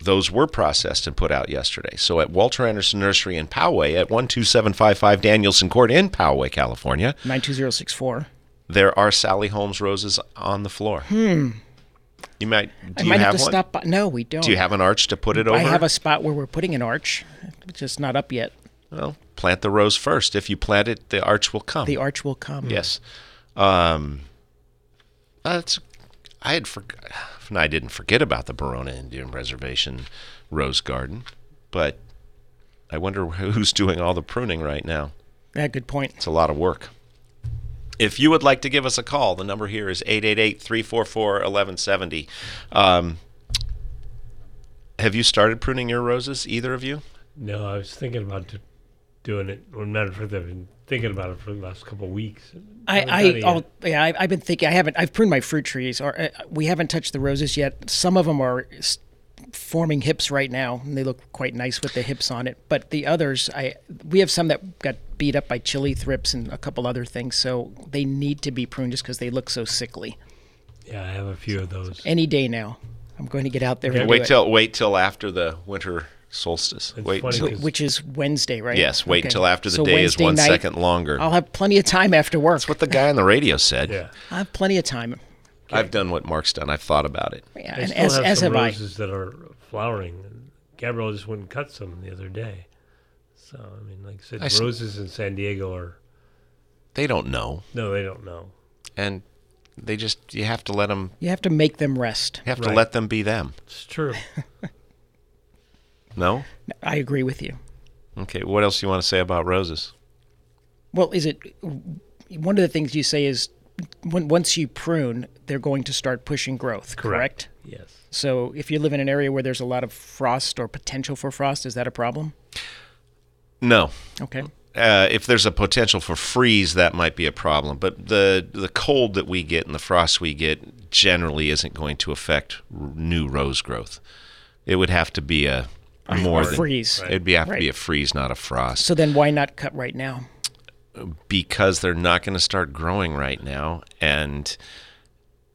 A: those were processed and put out yesterday. So at Walter Anderson Nursery in Poway at 12755 Danielson Court in Poway, California,
B: 92064.
A: there are Sally Holmes roses on the floor. You might do
B: Hmm. I
A: you
B: might
A: have,
B: have to
A: one?
B: stop by. No, we don't.
A: Do you have an arch to put it over?
B: I have a spot where we're putting an arch, it's just not up yet.
A: well, plant the rose first. If you plant it, the arch will come.
B: The arch will come.
A: Yes. Um, that's. I had for, no, I didn't forget about the Barona Indian Reservation Rose Garden, but I wonder who's doing all the pruning right now.
B: Yeah, good point.
A: It's a lot of work. If you would like to give us a call, the number here is 888 344 1170. Um, Have you started pruning your roses, either of you?
C: No, I was thinking about do- doing it. Well, matter of fact, I've been thinking about it for the last couple of weeks. Haven't done
B: I, I
C: it
B: oh,
C: yet.
B: yeah, I, I've been thinking. I haven't. I've pruned my fruit trees, or uh, we haven't touched the roses yet. Some of them are s- forming hips right now, and they look quite nice with the hips on it. But the others, I we have some that got beat up by chili thrips and a couple other things, so they need to be pruned just because they look so sickly.
C: yeah, I have a few of those.
B: Any day now, I'm going to get out there and do
A: Wait
B: it,
A: till wait till after the winter solstice.
C: It's
A: wait
C: funny
A: till
C: 'cause
B: which is Wednesday, right?
A: Yes, wait
B: Okay.
A: until after the
B: So
A: day is
B: Wednesday
A: one
B: night,
A: second longer.
B: I'll have plenty of time after work.
A: That's what the guy on the radio said.
C: yeah,
B: I have plenty of time.
A: I've done what Mark's done. I've thought about it.
B: Yeah,
C: I
B: and
C: still
B: as,
C: have
B: as
C: some
B: have I.
C: roses that are flowering. Gabrielle just wouldn't cut some the other day. So I mean, like I said,
A: I s-
C: roses in San Diego are
A: They don't know,
C: no, they don't know.
A: and they just you have to let them.
B: You have to make them rest.
A: You have to
C: Right.
A: let them be them.
C: It's true.
A: No.
B: I agree with you.
A: Okay. What else you want to say about roses?
B: Well, is it one of the things you say is when, once you prune, they're going to start pushing growth, correct?
C: yes.
B: So if you live in an area where there's a lot of frost or potential for frost, is that a problem?
A: No.
B: Okay.
A: Uh, if there's a potential for freeze, that might be a problem. But the the cold that we get and the frost we get generally isn't going to affect r- new rose growth. It would have to be a more
B: a
A: than
B: freeze.
A: It'd be have to be
B: Right.
A: a freeze, not a frost.
B: So then why not cut right now?
A: because they're not going to start growing right now and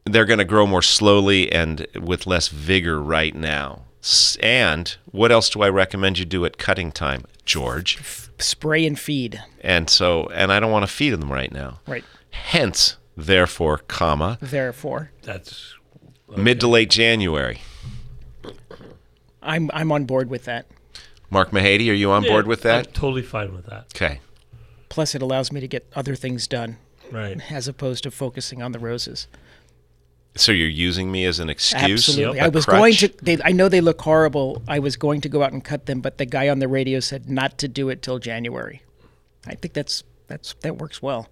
A: they're going to grow more slowly and with less vigor right now S- And what else do I recommend you do at cutting time, George?
B: Spray and feed.
A: And so, and I don't want to feed them right now.
B: Right.
A: Hence, therefore, comma,
B: Therefore,
C: That's
A: mid to late January.
B: I'm I'm on board with that.
A: Mark Mahady, are you on board with that?
C: I'm totally fine with that.
A: Okay.
B: Plus, it allows me to get other things done
C: Right.
B: as opposed to focusing on the roses.
A: So you're using me as an excuse?
B: Absolutely.
A: A
B: I was
A: crutch?
B: going to. They, I know they look horrible. I was going to go out and cut them, but the guy on the radio said not to do it till January. I think that's that's that works well.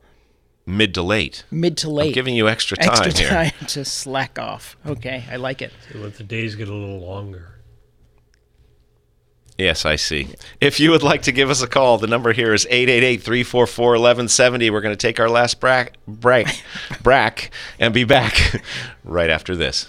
A: Mid to late.
B: Mid to late.
A: I'm giving you extra time
B: extra
A: here.
B: time to slack off. Okay, I like it.
C: Let the days get a little longer.
A: Yes, I see. If you would like to give us a call, the number here is 888-344-1170. We're going to take our last brack, break, brack and be back right after this.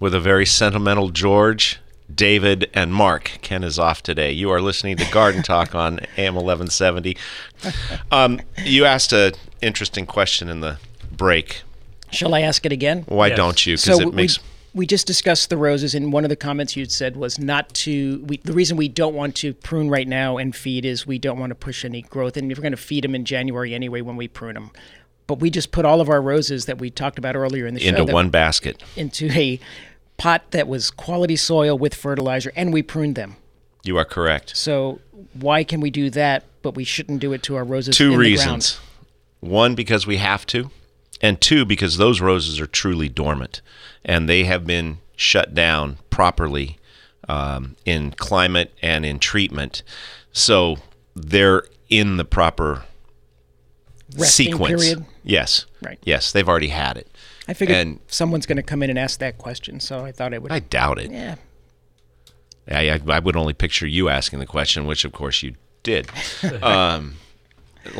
A: with a very sentimental George, David, and Mark. Ken is off today. You are listening to Garden Talk on AM 1170. Um, you asked an interesting question in the break.
B: Shall I ask it again?
A: Why
C: Yes.
A: don't you? Because it
B: w-
A: makes.
B: we, we just discussed the roses, and one of the comments you said was not to. We, the reason we don't want to prune right now and feed is we don't want to push any growth, and if we're going to feed them in January anyway when we prune them. But we just put all of our roses that we talked about earlier in the show
A: into
B: that-
A: one basket.
B: into a pot that was quality soil with fertilizer, and we pruned them.
A: You are correct.
B: So why can we do that? But we shouldn't do it to our roses. in
A: two
B: the ground?
A: reasons one because we have to and two because those roses are truly dormant and they have been shut down properly um, in climate and in treatment so they're in the proper
B: Resting
A: sequence
B: period.
A: yes
B: Right.
A: yes they've already had it
B: I figured
A: And-
B: someone's going to come in and ask that question, so I thought I would.
A: i doubt it
B: yeah.
A: I, I, I would only picture you asking the question, which of course you did. Um,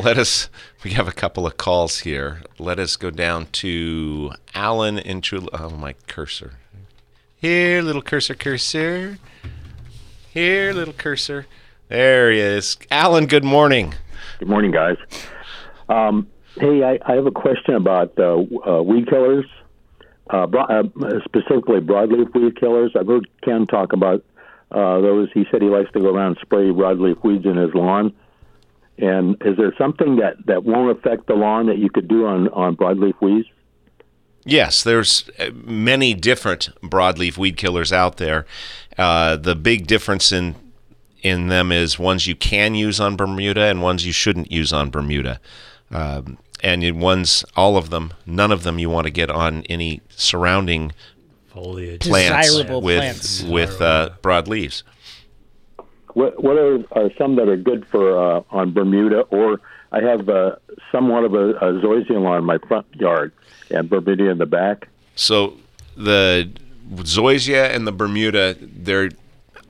A: let us. We have a couple of calls here. Let us go down to Alan in Chula. Oh my cursor! Here, little cursor, cursor. Here, little cursor. There he is. Alan, good morning.
F: Good morning, guys. Um, hey, I, I have a question about uh, uh, weed killers, uh, bro- uh, specifically broadleaf weed killers. I've heard Ken talk about uh, those. He said he likes to go around and spray broadleaf weeds in his lawn. And is there something that, that won't affect the lawn that you could do on, on broadleaf weeds?
A: Yes, there's uh, many different broadleaf weed killers out there. Uh, the big difference in in them is ones you can use on Bermuda and ones you shouldn't use on Bermuda, um, and in ones all of them, none of them you want to get on any surrounding
C: Foliage.
A: plants
B: Desirable
A: with
B: plants.
A: with uh, broadleaves.
F: What, what are, are some that are good for uh, on Bermuda? Or I have uh, somewhat of a, a zoysia lawn in my front yard and Bermuda in the back.
A: So the Zoysia and the Bermuda, they're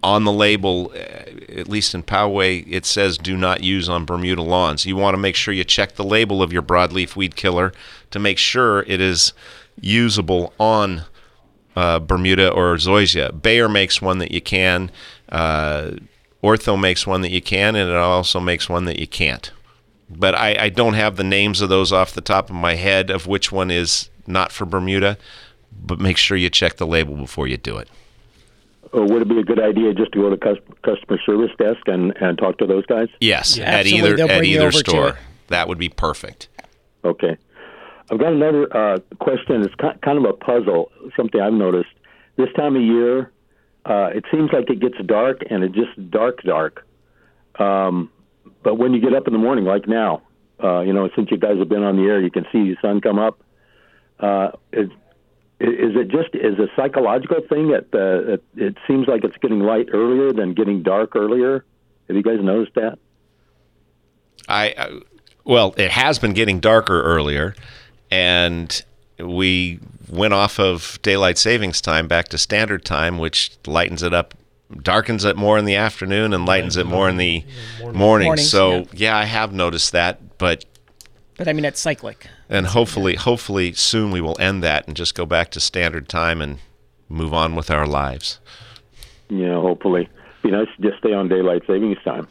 A: on the label, uh, at least in Poway, it says do not use on Bermuda lawns. You want to make sure you check the label of your broadleaf weed killer to make sure it is usable on uh, Bermuda or Zoysia. Bayer makes one that you can, uh, Ortho makes one that you can, and it also makes one that you can't but I, I don't have the names of those off the top of my head of which one is not for Bermuda. But make sure you check the label before you do it.
F: Or would it be a good idea just to go to cus- customer service desk and, and talk to those guys?
A: Yes, at
B: Absolutely,
A: either
B: they'll
A: at
B: bring you
A: either
B: over to it.
A: store. That would be perfect.
F: Okay. I've got another uh, question. It's ki- kind of a puzzle, something I've noticed. This time of year, uh, it seems like it gets dark and it just dark, dark. Um, but when you get up in the morning, like now, uh, you know, since you guys have been on the air, you can see the sun come up. Uh, is, is it just is a psychological thing that uh, it, it seems like it's getting light earlier than getting dark earlier? Have you guys noticed that?
A: I, I well, it has been getting darker earlier, and we went off of daylight savings time back to standard time, which lightens it up, darkens it more in the afternoon, and lightens it more in the morning.
B: Mornings,
A: so
B: yeah.
A: yeah, I have noticed that, but
B: But I mean, it's cyclic.
A: and hopefully, hopefully soon we will end that and just go back to standard time and move on with our lives.
F: You know, hopefully, be nice to just stay on daylight savings time.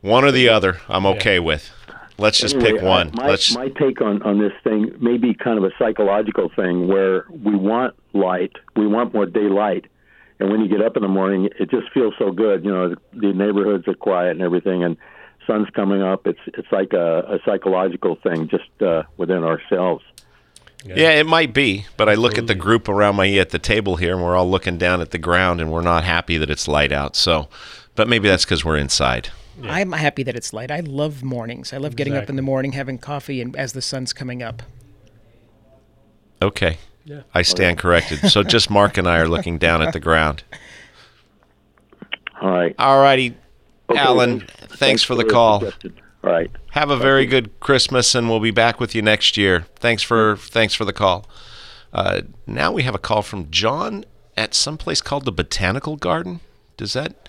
A: One or the other, I'm okay with. Let's just
F: Anyway,
A: pick one.
F: uh, my,
A: Let's
F: my take on, on this thing may be kind of a psychological thing where we want light, we want more daylight, and when you get up in the morning, it just feels so good. You know, the, the neighborhoods are quiet and everything, and sun's coming up. It's it's like a, a psychological thing just uh, within ourselves.
A: Yeah, it might be, but I look at the group around my at the table here, and we're all looking down at the ground, and we're not happy that it's light out. So, but maybe that's because we're inside.
B: I'm happy that it's light. I love mornings. I love getting up in the morning, having coffee, and as the sun's coming up.
A: Okay, I stand corrected. So just Mark and I are looking down at the ground.
F: All right,
A: All righty, Alan. Thanks, for the
F: your
A: call.
F: suggestion. All right.
A: Have a very good Christmas, and we'll be back with you next year. Thanks for thanks for the call. Uh, now we have a call from John at some place called the Botanical Garden. Does that?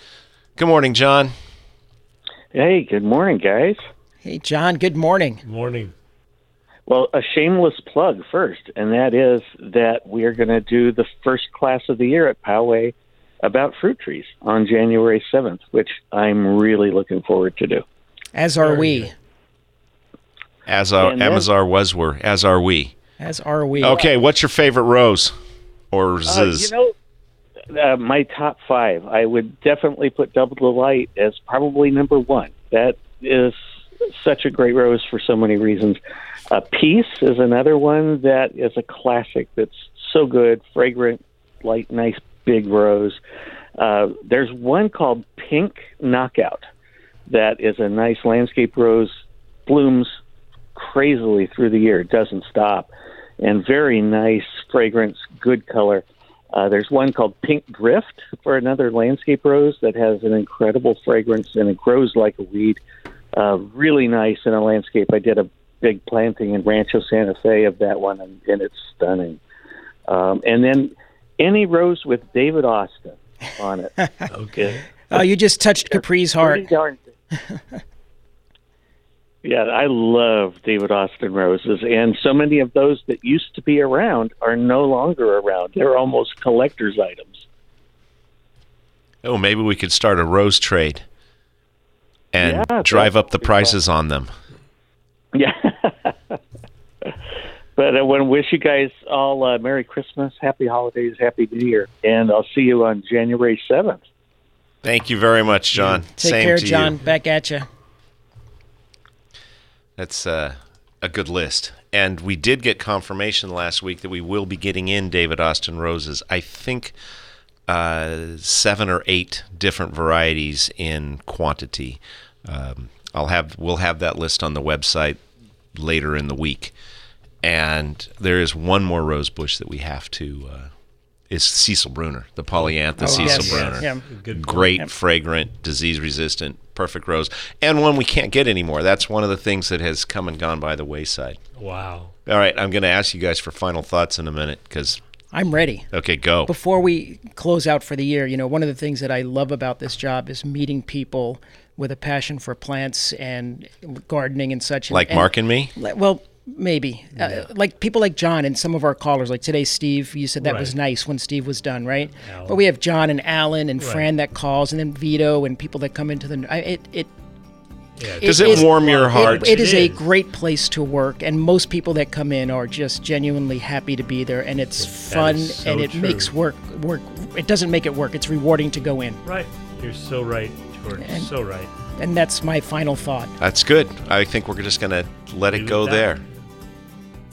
A: Good morning, John.
G: Hey, good morning, guys.
B: Hey, John. Good morning.
C: Morning.
G: Well, a shameless plug first, and that is that we are going to do the first class of the year at Poway about fruit trees on January 7th, which I'm really looking forward to do.
B: As are we.
A: As our
G: And then-
A: Amazar was were, as are we.
B: As are we.
A: Okay, what's your favorite rose or
G: Uh,
A: ziz?
G: you know, uh, my top five, I would definitely put Double Delight as probably number one. That is such a great rose for so many reasons. Uh, Peace is another one that is a classic that's so good, fragrant, like nice big rose. Uh, there's one called Pink Knockout that is a nice landscape rose, blooms crazily through the year, doesn't stop, and very nice fragrance, good color. Uh, there's one called Pink Drift for another landscape rose that has an incredible fragrance and it grows like a weed. Uh, really nice in a landscape. I did a big planting in Rancho Santa Fe of that one, and, and it's stunning. Um, and then any rose with David Austin on it. okay.
B: Oh, you just touched Capri's heart.
G: Pretty darn good. yeah, I love David Austin roses, and so many of those that used to be around are no longer around. They're almost collector's items.
A: Oh, maybe we could start a rose trade and
G: Yeah,
A: drive
G: that
A: up the prices on them.
G: Yeah. but I want to wish you guys all uh, Merry Christmas, Happy Holidays, Happy New Year, and I'll see you on January 7th.
A: Thank you very much, John.
B: Take
A: Same
B: care,
A: to
B: John.
A: you.
B: Back at you.
A: That's uh, a good list. And we did get confirmation last week that we will be getting in David Austin roses. I think uh, seven or eight different varieties in quantity. Um, I'll have we'll have that list on the website later in the week. And there is one more rose bush that we have to uh, is Cecil Bruner, the polyantha Cecil
B: Oh, yes,
A: Bruner.
B: yeah.
C: Good
A: Great, fragrant, disease resistant, perfect rose, and one we can't get anymore. That's one of the things that has come and gone by the wayside.
C: Wow.
A: All right, I'm going to ask you guys for final thoughts in a minute because,
B: I'm ready.
A: okay, go.
B: before we close out for the year, you know, one of the things that I love about this job is meeting people with a passion for plants and gardening and such. And-
A: like
B: and-
A: Mark and me?
B: Like- Well, maybe. Uh, like people like John and some of our callers, like today, Steve, you said that was
C: Right.
B: nice when Steve was done, right? But we have John and Alan and Fran that calls, and then Vito and people that come into the. I- It, it,
C: Yeah,
A: Does it
B: is-
A: warm your
C: it-
A: heart?
B: it is, a
C: is.
B: great place to work, and most people that come in are just genuinely happy to be there, and it's fun,
C: is so
B: and it
C: true.
B: makes work work. It doesn't make it work; it's rewarding to go in,
C: Right. You're so right, George. so right.
B: and that's my final thought.
A: That's good. I think we're just going to let it
C: Leave it
A: go
C: at that.
A: there.